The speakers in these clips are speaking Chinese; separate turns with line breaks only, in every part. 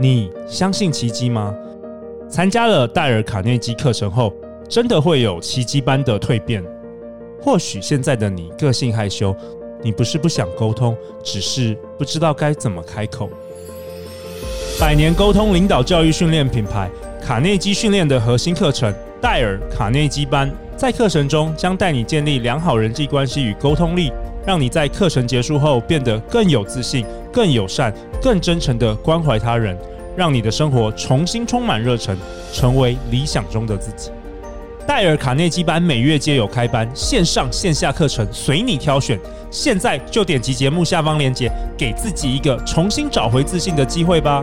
你相信奇迹吗？参加了戴尔卡内基课程后，真的会有奇迹般的蜕变。或许现在的你个性害羞，你不是不想沟通，只是不知道该怎么开口。百年沟通领导教育训练品牌卡内基训练的核心课程——戴尔卡内基班，在课程中将带你建立良好人际关系与沟通力，让你在课程结束后变得更有自信、更友善、更真诚地关怀他人，让你的生活重新充满热忱，成为理想中的自己。戴尔卡内基班每月皆有开班，线上线下课程随你挑选。现在就点击节目下方链接，给自己一个重新找回自信的机会吧。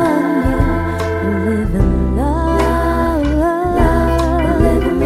want you, live in love, live in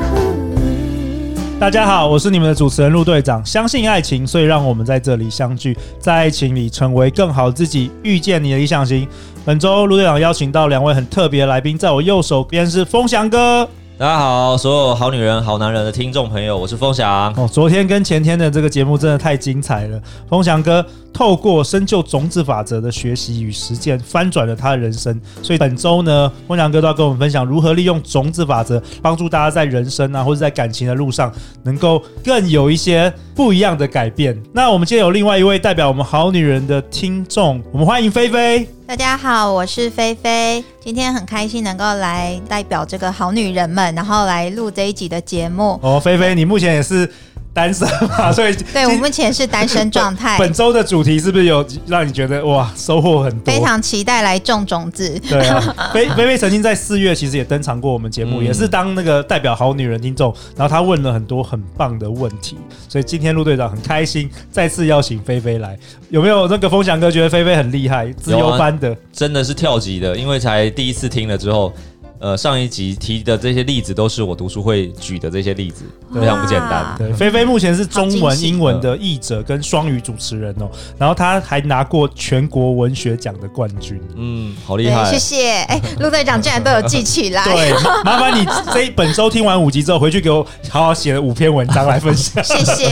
love.
大家好，我是你们的主持人陆队长。相信爱情，所以让我们在这里相聚，在爱情里成为更好自己，遇见你的理想型。本周陆队长邀请到两位很特别的来宾，在我右手边是风翔哥。
大家好，所有好女人、好男人的听众朋友，我是风翔。
哦，昨天跟前天的这个节目真的太精彩了。风翔哥透过深究种子法则的学习与实践，翻转了他的人生。所以本周呢，风翔哥都要跟我们分享如何利用种子法则，帮助大家在人生啊，或者在感情的路上，能够更有一些不一样的改变。那我们今天有另外一位代表我们好女人的听众，我们欢迎菲菲。
大家好，我是菲菲，今天很开心能够来代表这个好女人们，然后来录这一集的节目。
哦，菲菲，你目前也是单身嘛？所以
对我
今
目前是单身状态，
本周的主题是不是有让你觉得哇收获很多？
非常期待来种种子。
对啊，菲菲菲曾经在四月其实也登场过我们节目，
嗯
也是当那个代表好女人听众，然后她问了很多很棒的问题，所以今天陆队长很开心再次邀请菲菲来，有没有那个风翔哥觉得菲菲很厉害，资优班的？
真的是跳级的，因为才第一次听了之后，呃，上一集提的这些例子都是我读书会举的这些例子，非常不简单
哇。
对，菲菲目前是中
好
文、
惊喜
英文的译者跟双语主持人哦，然后她还拿过全国文学奖的冠军。
嗯，好厉
对，
害
谢。谢。哎、陆队长竟然都有记起来。
对，麻麻烦你这一本周听完五集之后，回去给我好好写五篇文章来分享。
谢 谢，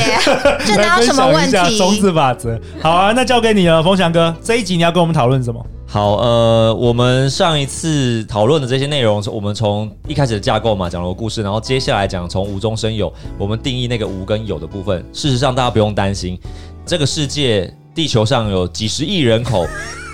这
来
哪有
分
什么
享一
问
下种
题？
子法则，好啊，那交给你了，风翔哥。这一集你要跟我们讨论什么？
好，呃，我们上一次讨论的这些内容，我们从一开始的架构嘛，讲了个故事，然后接下来讲从无中生有，我们定义那个无跟有的部分。事实上，大家不用担心，这个世界地球上有几十亿人 口，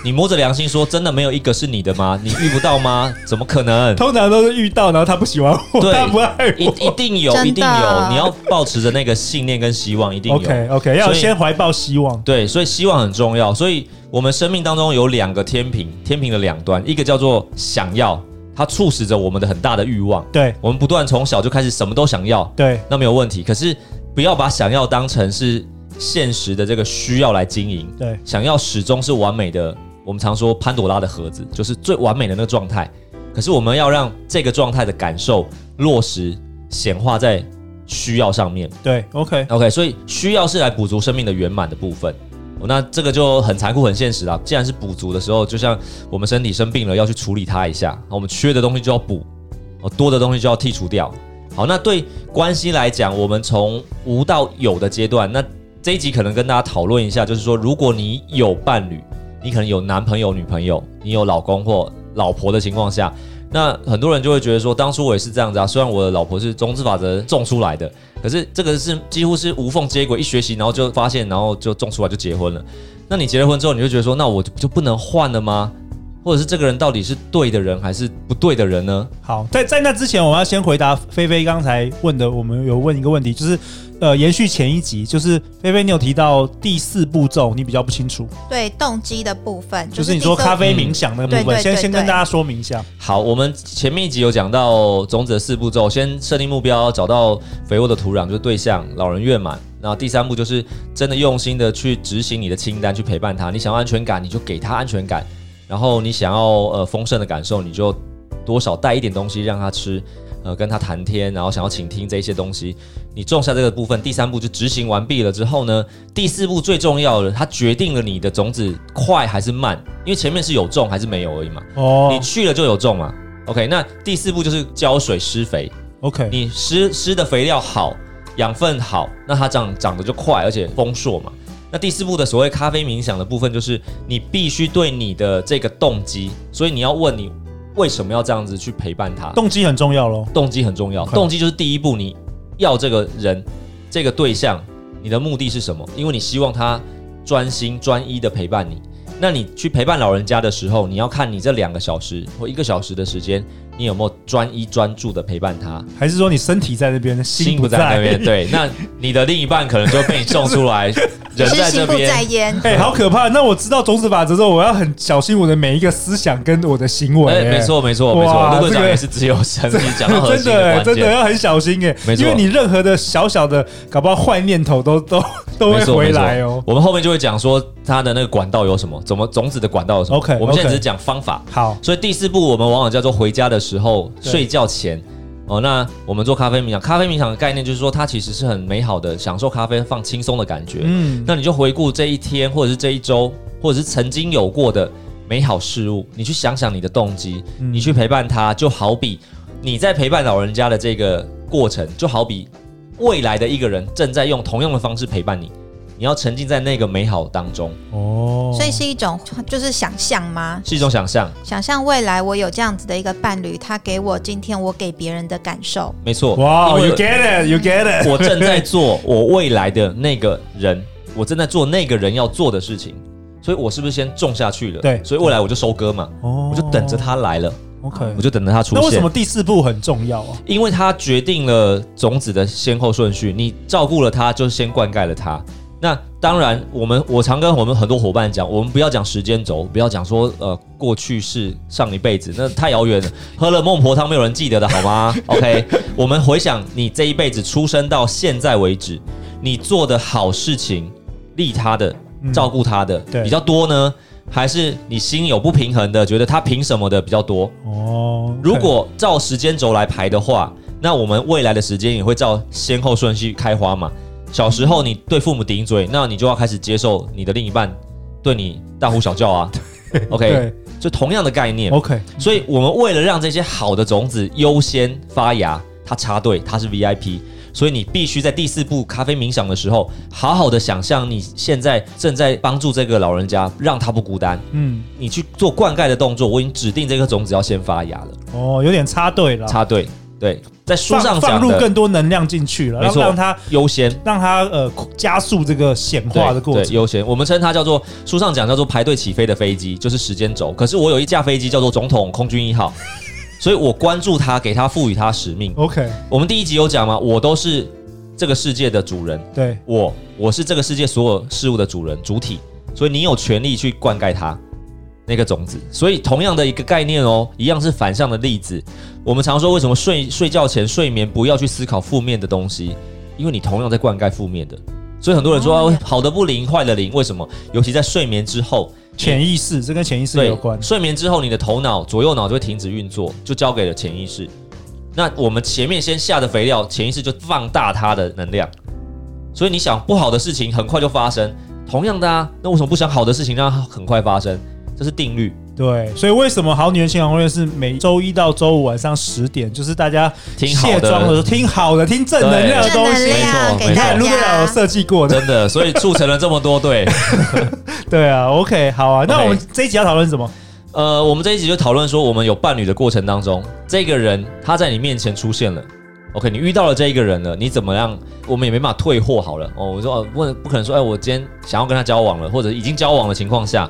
你摸着良心说，真的没有一个是你的吗？你遇不到吗？怎么可能？
通常都是遇到，然后他不喜欢我，
对
他不爱
一一
我。
定有，
真的
一定有，你要保持着那个信念跟希望，一定有。
OK OK，要
所以
先怀抱希望。
对，所以希望很重要。所以我们生命当中有两个天平，天平的两端，一个叫做想要，它促使着我们的很大的欲望，
对
我们不断从小就开始什么都想要，
对
那没有问题。可是不要把想要当成是现实的这个需要来经营，
对，
想要始终是完美的。我们常说潘朵拉的盒子，就是最完美的那个状态。可是我们要让这个状态的感受落实显化在需要上面。
对，OK，
OK，所以需要是来补足生命的圆满的部分。哦那这个就很残酷、很现实啦。既然是补足的时候，就像我们身体生病了，要去处理它一下，我们缺的东西就要补，哦，多的东西就要剔除掉。好，那对关系来讲，我们从无到有的阶段，那这一集可能跟大家讨论一下，就是说，如果你有伴侣，你可能有男朋友、女朋友，你有老公或老婆的情况下，那很多人就会觉得说，当初我也是这样子啊，虽然我的老婆是中之法则种出来的，可是这个是几乎是无缝接轨，一学习然后就发现，然后就种出来就结婚了。那你结了婚之后，你就觉得说，那我就就不能换了吗？或者是这个人到底是对的人还是不对的人呢？
好，在在那之前，我们要先回答菲菲刚才问的，我们有问一个问题，就是呃，延续前一集，就是菲菲你有提到第四步骤，你比较不清楚，
对，动机的部分，
就是你
第
说
三
咖啡
嗯
冥想那个部分，
对对
先
对
先跟
对
大家说明一下。
好，我们前面一集有讲到种子的四步骤，先设定目标，找到肥沃的土壤，就是对象，老人院嘛。然后第三步就是真的用心的去执行你的清单，去陪伴他。你想要安全感，你就给他安全感；然后你想要呃丰盛的感受，你就多少带一点东西让他吃。呃，跟他谈天，然后想要呃倾听这些东西。你种下这个部分，第三步就执行完毕了之后呢，第四步最重要的，它决定了你的种子快还是慢，因为前面是有种还是没有而已嘛。你
哦
去了就有种嘛。OK，那第四步就是浇水施肥，
，OK，
你施施的肥料好，养分好，那它长长得就快，而且丰硕嘛。那第四步的所谓咖啡冥想的部分，就是你必须对你的这个动机，所以你要问你为什么要这样子去陪伴他，
动机很重要喽。
动机很重要，
OK
动机就是第一步，你要这个人、这个对象，你的目的是什么？因为你希望他专心专一的陪伴你。那你去陪伴老人家的时候，你要看你这两个小时或一个小时的时间，你有没有专一专注的陪伴他，
还是说你身体在那边，心
心
不
不
在
在那边。
对，
对，那你的另一半可能就被你种出来，人
是
在
心
这
不在
边。
焉。
哎、好可怕！那我知道种子法则之后，我要很小心我的每一个思想跟我的行为、
哎，没 错，没错，
哇
没错。陆队
这
长
个
也是只有神力讲到核
真
心
的、
的
哎
关
真的
键。
要很小心哎、
没错
因为你任何的小小的，搞不好坏念头都 都都
没
会
错
回
没错
来哦。
我们后面就会讲说它的那个管道有什么，怎么种子的管道有什么。
OK，
我们现在
OK
只是讲方法。
好，
所以第四步，我们往往叫做回家的时候，
对
睡觉前。哦，那我们做咖啡冥想，咖啡冥想的概念就是说，它其实是很美好的，享受咖啡放轻松的感觉。
嗯，
那你就回顾这一天，或者是这一周，或者是曾经有过的美好事物，你去想想你的动机，
嗯
你去陪伴他，就好比你在陪伴老人家的这个过程，就好比未来的一个人正在用同样的方式陪伴你，你要沉浸在那个美好当中，
哦，
所以是一种就是想象吗？
是一种想象，
想象未来我有这样子的一个伴侣，他给我今天我给别人的感受。
没错。
哇、
因
y o
为
u get it，you get it，
我正在做我未来的那个人，我正在做那个人要做的事情，所以我是不是先种下去了？
对
所以未来我就收割嘛，
哦
我就等着。他来了，
OK，
我就等着他出现。
那为什么？第四步很重要啊？
因为它决定了种子的先后顺序，你照顾了它，就先灌溉了它。那当然，我们我常跟我们很多伙伴讲，我们不要讲时间轴，不要讲说呃过去是上一辈子，那太遥远了。喝了孟婆汤没有人记得的好吗 ？OK，我们回想你这一辈子出生到现在为止，你做的好事情，利他的
嗯、
照顾他的、
对
比较多呢，还是你心有不平衡的，觉得他凭什么的比较多？
哦，
如果照时间轴来排的话，那我们未来的时间也会照先后顺序开花嘛。小时候你对父母顶嘴，那你就要开始接受你的另一半对你大呼小 叫啊。OK，
对
就同样的概念。
OK，
所以我们为了让这些好的种子优先发芽，它插队，它是 VIP，所以你必须在第四步咖啡冥想的时候，好好的想象你现在正在帮助这个老人家，让他不孤单。
嗯，
你去做灌溉的动作，我已经指定这颗种子要先发芽了。
哦，有点插队了，
插队，对，在书
放
上
放
讲
入
的
更多能量进去了，
没
让
错
让它
优先
让它呃加速这个显化的过
对对
程。
优先，我们称它叫做书上讲叫做排队起飞的飞机，就是时间轴。可是我有一架飞机叫做总统空军 一号，所以我关注它，给它赋予它使命。
OK，
我们第一集有讲嘛，我都是这个世界的主人，
对，
我我是这个世界所有事物的主人主体，所以你有权利去灌溉它那个种子。所以同样的一个概念哦，一样是反向的例子。我们常说为什么睡睡觉前睡眠不要去思考负面的东西，因为你同样在灌溉负面的。所以很多人说、啊、好的不灵，坏的灵，为什么？尤其在睡眠之后，
潜意识，这跟潜意识
对
有关。
睡眠之后，你的头脑左右脑就会停止运作，就交给了潜意识。那我们前面先下的肥料，潜意识就放大它的能量。所以你想不好的事情很快就发生，同样的啊，那为什么不想好的事情让它很快发生？这是定律，
对，所以为什么好女人情感攻略是每周一到周五晚上十点，就是大家
听好
卸
的
妆的时候听好的、听正能量的
正
东
能
西。
量
没错
啊给
你看
大
没
陆队长有
家。
设计过的，
真的，所以促成了这么多对。
对啊，OK，好啊。那
OK
我们这一集要讨论什么？
呃，我们这一集就讨论说，我们有伴侣的过程当中，这个人他在你面前出现了，OK，你遇到了这一个人了，你怎么样？我们也没办法退货好了哦。我说，哦问、不可能说，哎，我今天想要跟他交往了，或者已经交往的情况下，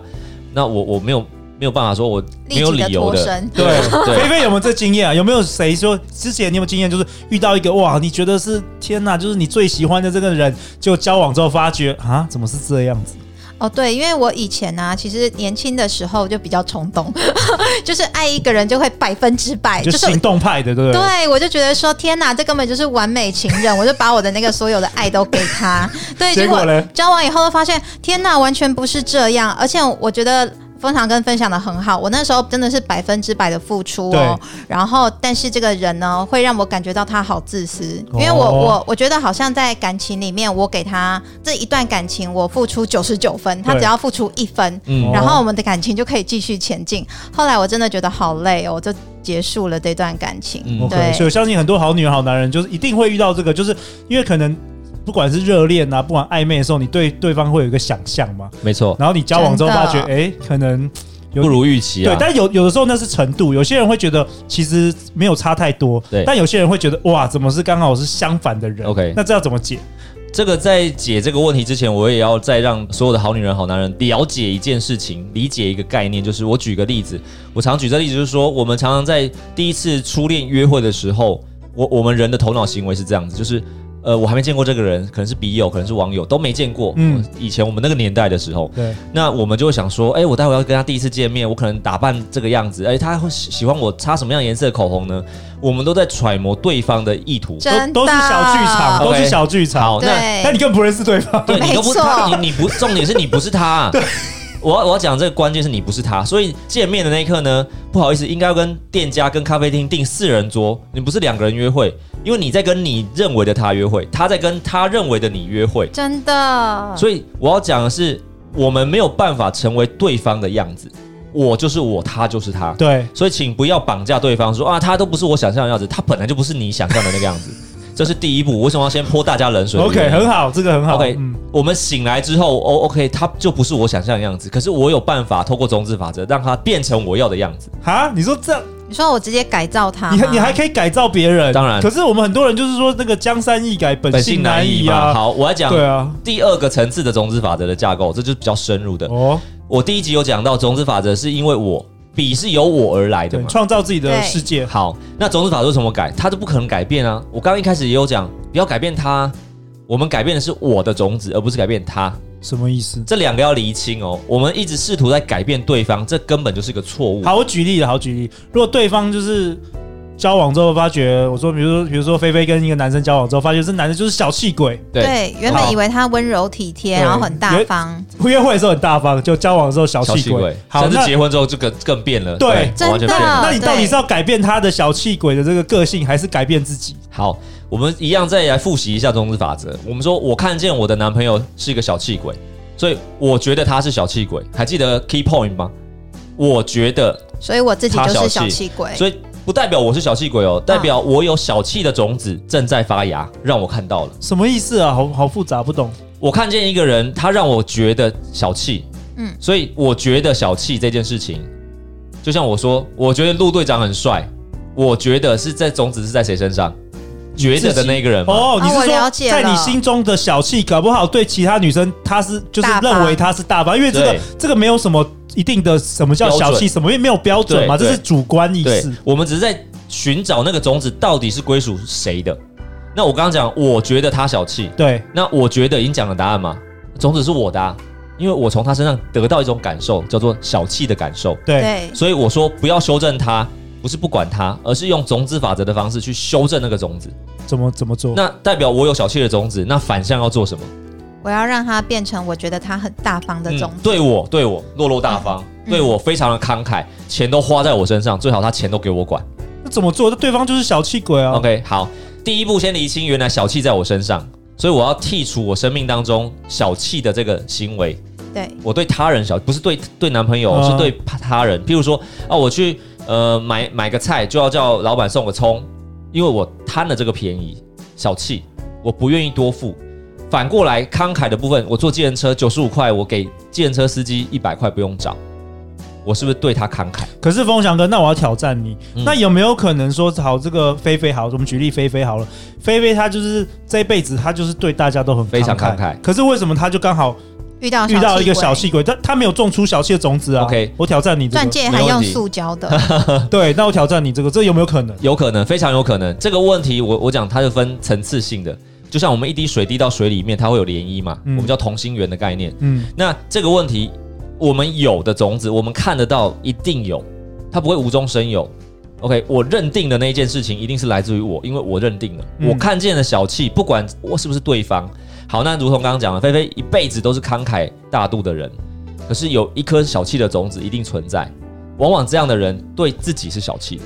那我我没有没有办法说我没有
立即地
理由
脱
的
身，
对
菲
对
菲有没有这经验啊？有没有谁说之前你有没有经验，就是遇到一个哇，你觉得是天哪，就是你最喜欢的这个人，就交往之后发觉啊，怎么是这样子？
哦，对，因为我以前呢、其实年轻的时候就比较冲动， 就是爱一个人就会百分之百，
就
就是
行动派的，对不对？
对，我就觉得说，天哪，这根本就是完美情人，我就把我的那个所有的爱都给 他。对，
结
结
果
果
嘞
交往以后都发现，天哪，完全不是这样。而且我觉得分享跟分享的很好，我那时候真的是百分之百的付出哦。然后，但是这个人呢，会让我感觉到他好自私，因为我、
哦
我我觉得好像在感情里面，我给他这一段感情我付出九十九分，他
对哦
只要付出一分，
嗯
然后我们的感情就可以继续前进。后来我真的觉得好累哦，我就结束了这段感情。
嗯
OK，
对
所以我相信很多好女人、好男人就是一定会遇到这个，就是因为可能不管是热恋啊，不管暧昧的时候，你对对方会有一个想象嘛，
没错，
然后你交往之后
哦真
发
的
觉，哎、可能有
不如预期
对
啊，。
但有有的时候那是程度，有些人会觉得其实没有差太多，
对
但有些人会觉得哇，怎么是刚好是相反的人
OK
那这要怎么解？
这个在解这个问题之前，我也要再让所有的好女人、好男人了解一件事情，理解一个概念。就是我举个例子，我常举这例子，就是说我们常常在第一次初恋约会的时候，我我们人的头脑行为是这样子，就是呃，我还没见过这个人，可能是笔友，可能是网友，都没见过。
嗯
嗯，以前我们那个年代的时候，
对，
那我们就会想说，哎、我待会要跟他第一次见面，我可能打扮这个样子，哎、他会喜喜欢我擦什么样颜色的口红呢？我们都在揣摩对方的意图。
真的
都都是小剧场，都
OK
是小剧场
好，哦那
对
但你更不认识对方。
对你都不
没错
他，你你不重点是你不是 他、对，我要我要讲这个关键是你不是他，所以见面的那一刻呢，不好意思，应该要跟店家跟咖啡厅订四人桌，你不是两个人约会，因为你在跟你认为的他约会，他在跟他认为的你约会，
真的，
所以我要讲的是，我们没有办法成为对方的样子，我就是我，他就是他。
对，
所以请不要绑架对方说啊，他都不是我想象的样子，他本来就不是你想象的那个样子，这是第一步。为什么要先泼大家冷水
OK，很好，这个很好。
OK，、
嗯，
我们醒来之后，哦，OK，他就不是我想象的样子，可是我有办法透过种子法则让他变成我要的样子。
哈，你说这，
你说我直接改造他
你
吗，
还你还可以改造别人，
当然
可是我们很多人就是说那个江山易改，本性难移
嘛。
啊。
好，我来讲
对啊，
第二个层次的种子法则的架构，这就是比较深入的。
哦，
我第一集有讲到种子法则，是因为我笔是由我而来的
对，
嘛。
创造自己的
对
世界。
好，那种子法则怎么改？它都不可能改变啊！我刚刚一开始也有讲，不要改变它，我们改变的是我的种子，而不是改变它。
什么意思？
这两个要厘清哦。我们一直试图在改变对方，这根本就是一个错误。
好，我举例了，好举例。如果对方就是交往之后发觉，我说，比如说，比如说，菲菲跟一个男生交往之后，发觉这男的就是小气鬼，
对，原本
好
以为他温柔体贴，
对
然后很大方，
约会的时候很大方，就交往的时候小
小
气
气
鬼
鬼。，
好，
甚至
那
结婚之后就更更变了，
对
真
完全变了。
的。
那你到底
对
是要改变他的小气鬼的这个个性，还是改变自己？
好，我们一样再来复习一下中子法则。我们说，我看见我的男朋友是一个小气鬼，所以我觉得他是小气鬼。还记得 key point 吗？我觉得，
所以我自己就是小
他小
气鬼，
所以不代表我是小气鬼哦，代
啊
表我有小气的种子正在发芽，让我看到了。
什么意思啊？好好复杂，不懂。
我看见一个人，他让我觉得小气，嗯
嗯，
所以我觉得小气这件事情，就像我说，我觉得陆队长很帅，我觉得是在种子是在谁身上？觉得的那个人嘛，
哦，你是
啊我
说
了解
在
了
你心中的小气，搞不好对其他女生她是就是
大方
认为她是大方，因为这个
对
这个没有什么一定的什么叫小
标
气，
准
什么也没有标准嘛，
对
这是主观意
对
识。，
我们只是在寻找那个种子到底是归属谁的。那我刚刚讲，我觉得他小气，
对，
那我觉得已经讲了答案嘛，种子是我的、啊，因为我从他身上得到一种感受，叫做小气的感受。
对，
对
所以我说不要修正它，不是不管它，而是用种子法则的方式去修正那个种子。
怎么怎么做？
那代表我有小气的种子，那反向要做什么？
我要让他变成我觉得他很大方的种
嗯
子。
对我对我落落大方，
嗯
对我非常的慷慨，钱都花在我身上，最好他钱都给我管。
那怎么做？对方就是小气鬼啊！
OK，好，第一步先厘清原来小气在我身上，所以我要剔除我生命当中小气的这个行为。
对
我对他人小，不是对对男朋友，
嗯
是对他人。譬如说啊，我去呃买买个菜，就要叫老板送个葱，因为我贪了这个便宜，小气，我不愿意多付。反过来，慷慨的部分，我坐计程车九十五块，我给计程车司机一百块，不用找，我是不是对他慷慨？
可是风翔哥，那我要挑战你，
嗯
那有没有可能说，好，这个菲菲好，我们举例菲菲好了，菲菲她就是这辈子她就是对大家都很
非常慷慨
可是为什么她就刚好
遇到
遇到一个啊
鬼
小气鬼？但她没有种出小气的种子啊
OK
我挑战你这
钻
个，
戒
没
还
问
用
题
塑胶的，
对，那我挑战你这个，这有没有可能？
有可能，非常有可能。这个问题我，我讲它是分层次性的，就像我们一滴水滴到水里面，它会有涟漪嘛，
嗯
我们叫同心圆的概念。
嗯，
那这个问题，我们有的种子，我们看得到，一定有，它不会无中生有。OK，我认定的那一件事情一定是来自于我，因为我认定了，
嗯
我看见了小气，不管我是不是对方。好，那如同刚刚讲的，菲菲一辈子都是慷慨大度的人，可是有一颗小气的种子一定存在。往往这样的人对自己是小气的，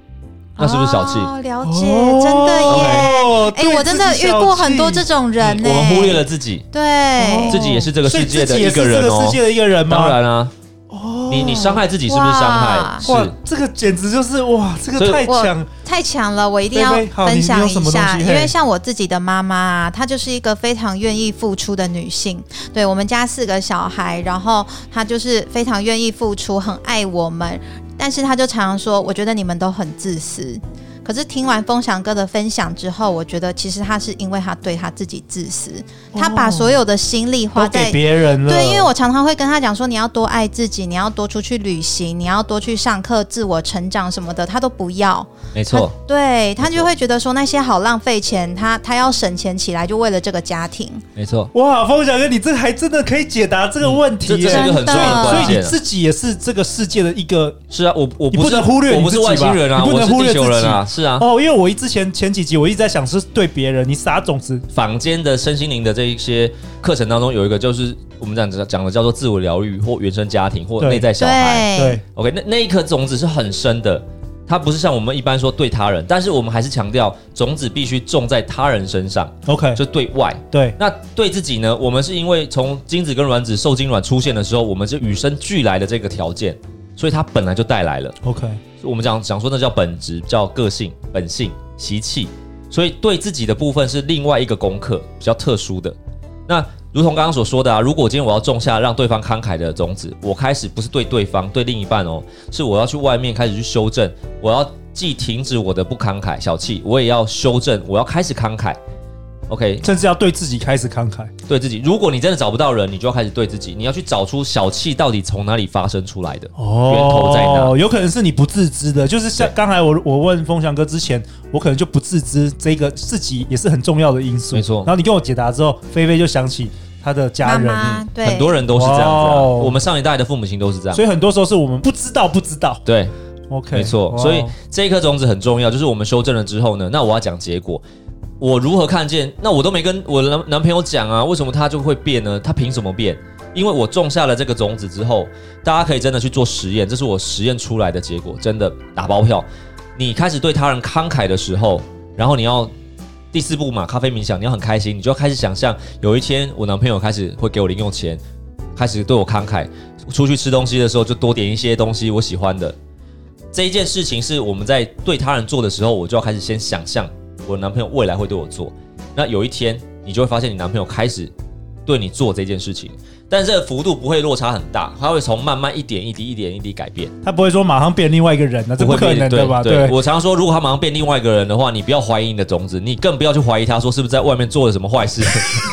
那是不是小气？
哦、了解，真的耶！
哦
哎、我真的遇过很多这，种人呢、
我们忽略了自哦己，
对，
自己也是
对
这个
自己所
世界
以自
的
己也
一
是
个人
这个
哦
世。界的一个人吗？
当然啊，
哦，
你你伤害自己是不是伤害？
哇
哇
是，
这个简直就是哇，这
所
个
以
太
我
强，
太强了，我一定要
菲菲好
分享
你你有
一
什么东
下，
西
因
嘿
为像我自己的妈妈啊，她就是一个非常愿意付出的女性。对我们家四个小孩，然后她就是非常愿意付出，很爱我们，但是她就常常说，我觉得你们都很自私。可是听完风翔哥的分享之后，我觉得其实她是因为她对她自己自私，她把所有的心力花
哦都
在
给别人了。
对，因为我常常会跟他讲说，你要多爱自己，你要多出去旅行，你要多去上课、自我成长什么的，他都不要。
没错，
他对他就会觉得说那些好浪费钱，他他要省钱起来，就为了这个家庭。
没错。
哇，风小哥，你这还真的可以解答这个问题
嗯这这是一
耶。
个很重要的
所
关
以你
键啊。
自己也是这个世界的一个
是啊，我我
你
不
不
是
能忽略
我
你
不是
自己
外星
吧
人啊，
你不
我
能
是
忽
地
略
球
自
人
己
啊，是啊。
哦，因为我一之前前几集我一直在想是对别人，你撒种子
坊间的身心灵的这一些课程当中，有一个就是我们讲讲的叫做自我疗愈或原生家庭或
对
内在小孩。
对
对，
OK，那那一颗种子是很深的，它不是像我们一般说对他人，但是我们还是强调种子必须种在他人身上，
，OK，
就对外。
对，
那对自己呢？我们是因为从精子跟卵子受精卵出现的时候，我们是与生俱来的这个条件，所以它本来就带来了。
OK，
我们讲讲说那叫本质，叫个性、本性、习气，所以对自己的部分是另外一个功课，比较特殊的。那如同刚刚所说的啊，如果今天我要种下让对方慷慨的种子，我开始不是对对方，对另一半哦，是我要去外面开始去修正，我要既停止我的不慷慨、小气，我也要修正，我要开始慷慨。OK，
甚至要对自己开始慷慨。
对自己，如果你真的找不到人，你就要开始对自己，你要去找出小气到底从哪里发生出来的。
哦
源头在哪
有可能是你不自知的，就是像刚才我我问风翔哥之前，我可能就不自知这个自己也是很重要的因素。
没错
然后你跟我解答之后，菲菲就想起她的家
妈
人，
妈对
很多人都是这样子、啊，
哇哦
我们上一代的父母亲都是这样
所。以很多时候是我们不知道不知道。
对，
OK，
没错
哇。哦
所以这一颗种子很重要，就是我们修正了之后呢，那我要讲结果。我如何看见？那我都没跟我男男朋友讲啊，为什么他就会变呢？他凭什么变？因为我种下了这个种子之后，大家可以真的去做实验，这是我实验出来的结果，真的打包票。你开始对他人慷慨的时候，然后你要第四步嘛，咖啡冥想，你要很开心，你就要开始想象有一天我男朋友开始会给我零用钱，开始对我慷慨，出去吃东西的时候就多点一些东西我喜欢的。这一件事情是我们在对他人做的时候，我就要开始先想象我男朋友未来会对我做。那有一天，你就会发现你男朋友开始对你做这件事情，但是这个幅度不会落差很大，他会从慢慢一点一滴、一点一滴改变。
他不会说马上变另外一个人了，啊这
会
不可能
变
的
对
吧？
对，我常说，如果他马上变另外一个人的话，你不要怀疑你的种子，你更不要去怀疑他说是不是在外面做了什么坏事。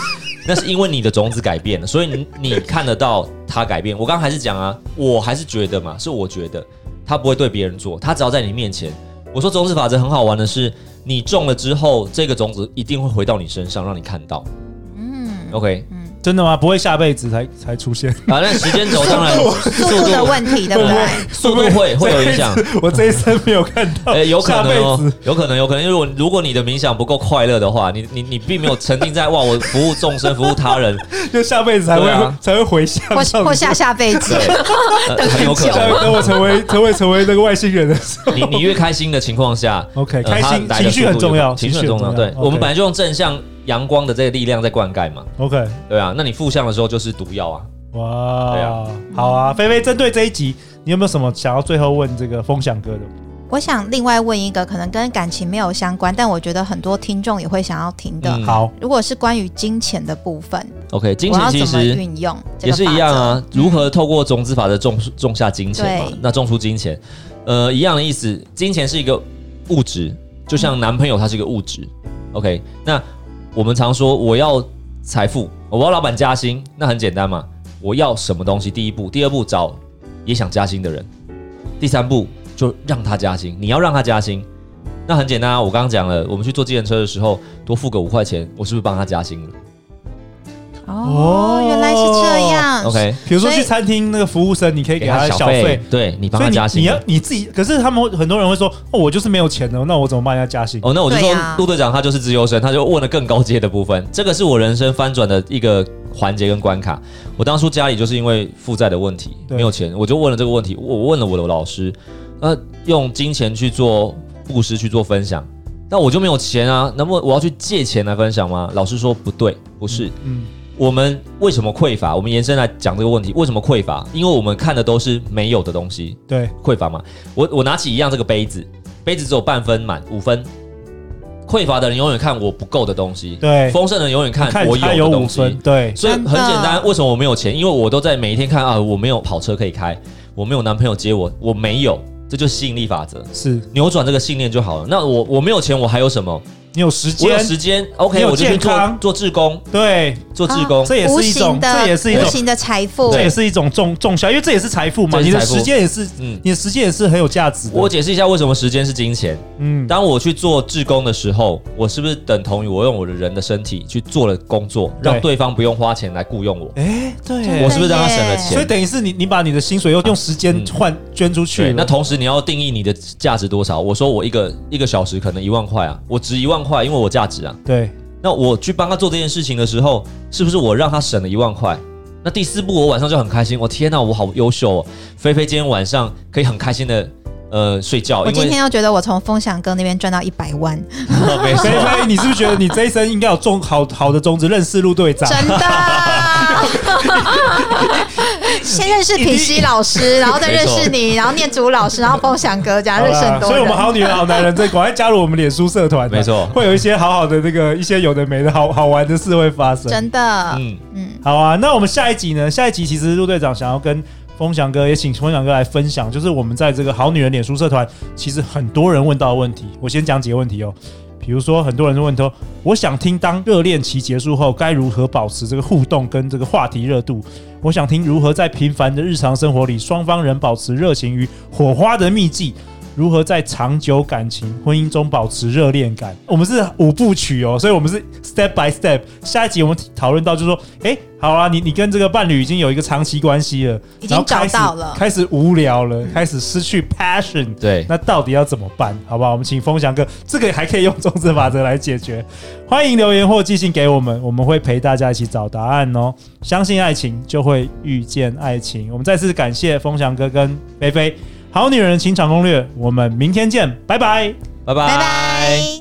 那是因为你的种子改变了，所以你你看得到他改变。我刚刚还是讲啊，我还是觉得嘛，是我觉得他不会对别人做，他只要在你面前。我说种子法则很好玩的是，你种了之后，这个种子一定会回到你身上，让你看到。
嗯，
OK，
真的吗？不会下辈子才才出现，
反正时间轴当然
速度的问题，对不对？
速度会会有影响。
我这一生没有看 到，
呃，有可能
下辈
哦
子，
有可能，有可能。因为我如果你的冥想不够快乐的话，你你你并没有沉浸在哇，我服务众生，服务他 人，
就下辈子才会、
对啊
才会回向
或
上
或
帝
下下辈子
对，呃很有可
下
能。
等我成为成为成为那个外星人的时候
你你越开心的情况下
，OK，
呃
开
它
心
来
情
的
绪
速度
很
就
重要
情绪
情
很
绪
重
很
要。
重要
对，
OK
我们本来就用正向阳光的这个力量在灌溉嘛，
，OK，
对啊。那你负向的时候就是毒药啊。
哇，
对啊
好啊，菲菲，针对这一集，你有没有什么想要最后问这个风翔哥的？
我想另外问一个，可能跟感情没有相关，但我觉得很多听众也会想要听的。
嗯
好，
如果是关于金钱的部分，
OK，金
我
钱
要
其
怎么
实
运用？
也是一样啊，如何透过种子法则种种下金钱嘛
嗯对？
那种出金钱，呃，一样的意思。金钱是一个物质，就像男朋友他是一个物质。OK，那我们常说我要财富，我要老板加薪，那很简单嘛。我要什么东西？第一步，第二步找也想加薪的人，第三步就让他加薪。你要让他加薪，那很简单啊。我刚刚讲了，我们去坐计程车的时候多付个五块钱，我是不是帮他加薪了？
哦
哦，原来是这样。
哦 OK，
比如说
所以
去餐厅那个服务生，你可以给他小费，，
对你帮
所
他
以
加
你
薪
你。要你自己。可是他们很多人会说，哦，我就是没有钱的，那我怎么帮人家加薪？
哦，那我就
对
说
啊
陆队长他就是自由生，他就问了更高阶的部分，这个是我人生翻转的一个环节跟关卡。我当初家里就是因为负债的问题，
对
没有钱，我就问了这个问题，我我问了我的老师，那用金钱去做布施去做分享，那我就没有钱啊，那么我要去借钱来分享吗？老师说不对，不是，
嗯，
我们为什么匮乏？我们延伸来讲这个问题，为什么匮乏？因为我们看的都是没有的东西，
对，
匮乏嘛。我我拿起一样这个杯子，杯子只有半分满，五分。匮乏的人永远看我不够的东西，
对
丰盛的人永远看
看
我
他
有的
五
东西
分，。对，
所以很
真的
简单，为什么我没有钱？因为我都在每一天看啊，我没有跑车可以开，我没有男朋友接我，我没有，这就是吸引力法则，
是
扭转这个信念就好了。那我我没有钱，我还有什么？
你有时
我有
间，
时间
你
，OK，
有
我就去
健
做
康啊
做志工，
对，
做志工。
这也
无
是一种
形，的，
这也是一
无
种，
形的财富
这。也是一种重重销，因为这也是财富嘛。
这也
你
是
的
财富
时间也是，
嗯
你的时间也是很有价值的。
我解释一下为什么时间是金钱。
嗯，
当我去做志工的时候，我是不是等同于我用我的人的身体去做了工作，
对
让对方不用花钱来雇佣我？
哎，对，
我是不是让他省了
所以
钱？
等于是你，你把你的薪水又用时间
嗯
换捐出去
对，那
了。
同时你要定义你的价值多少？我说我一个一个小时可能一万块啊，我值一万块，因为我价值啊。
对，
那我去帮他做这件事情的时候，是不是我让他省了一万块？那第四步我晚上就很开心，我天哪、我好优秀哦！菲菲今天晚上可以很开心的呃睡觉，
我
因
今
为
天又觉得我从风翔哥那边赚到一百万，
哦没
菲
错。
菲，你是不是觉得你这一生应该有种好好的种子，认识陆队 长？
真的。 先认识品熙老师，然后再认识你，然后念祖老师，然后风翔哥，这样
好
认识
啦
很多
所以，我们
人。
好女人、好男人，这赶快加入我们脸书社团，
没错
会有一些好好的那个一些有的没的好好玩的事会发生。
真的，
嗯，
嗯，
好啊，那我们下一集呢？下一集其实陆队长想要跟风翔哥，也请风翔哥来分享，就是我们在这个好女人脸书社团，其实很多人问到的问题，我先讲几个问题哦。比如说，很多人问说，我想听当热恋期结束后，该如何保持这个互动跟这个话题热度？我想听如何在平凡的日常生活里，双方仍保持热情与火花的秘技。如何在长久感情、婚姻中保持热恋感？我们是五部曲哦，所以我们是 step by step。下一集我们讨论到，就是说，诶，好啊，你你跟这个伴侣已经有一个长期关系了，
已经
然后开始
找到了
开始无聊了，开始失去 passion，
对
那到底要怎么办？好不好？我们请风翔哥，这个还可以用种子法则来解决。欢迎留言或寄信给我们，我们会陪大家一起找答案哦。相信爱情，就会遇见爱情。我们再次感谢风翔哥跟菲菲，《好女人情场攻略》，我们明天见，拜拜。
拜拜
拜拜。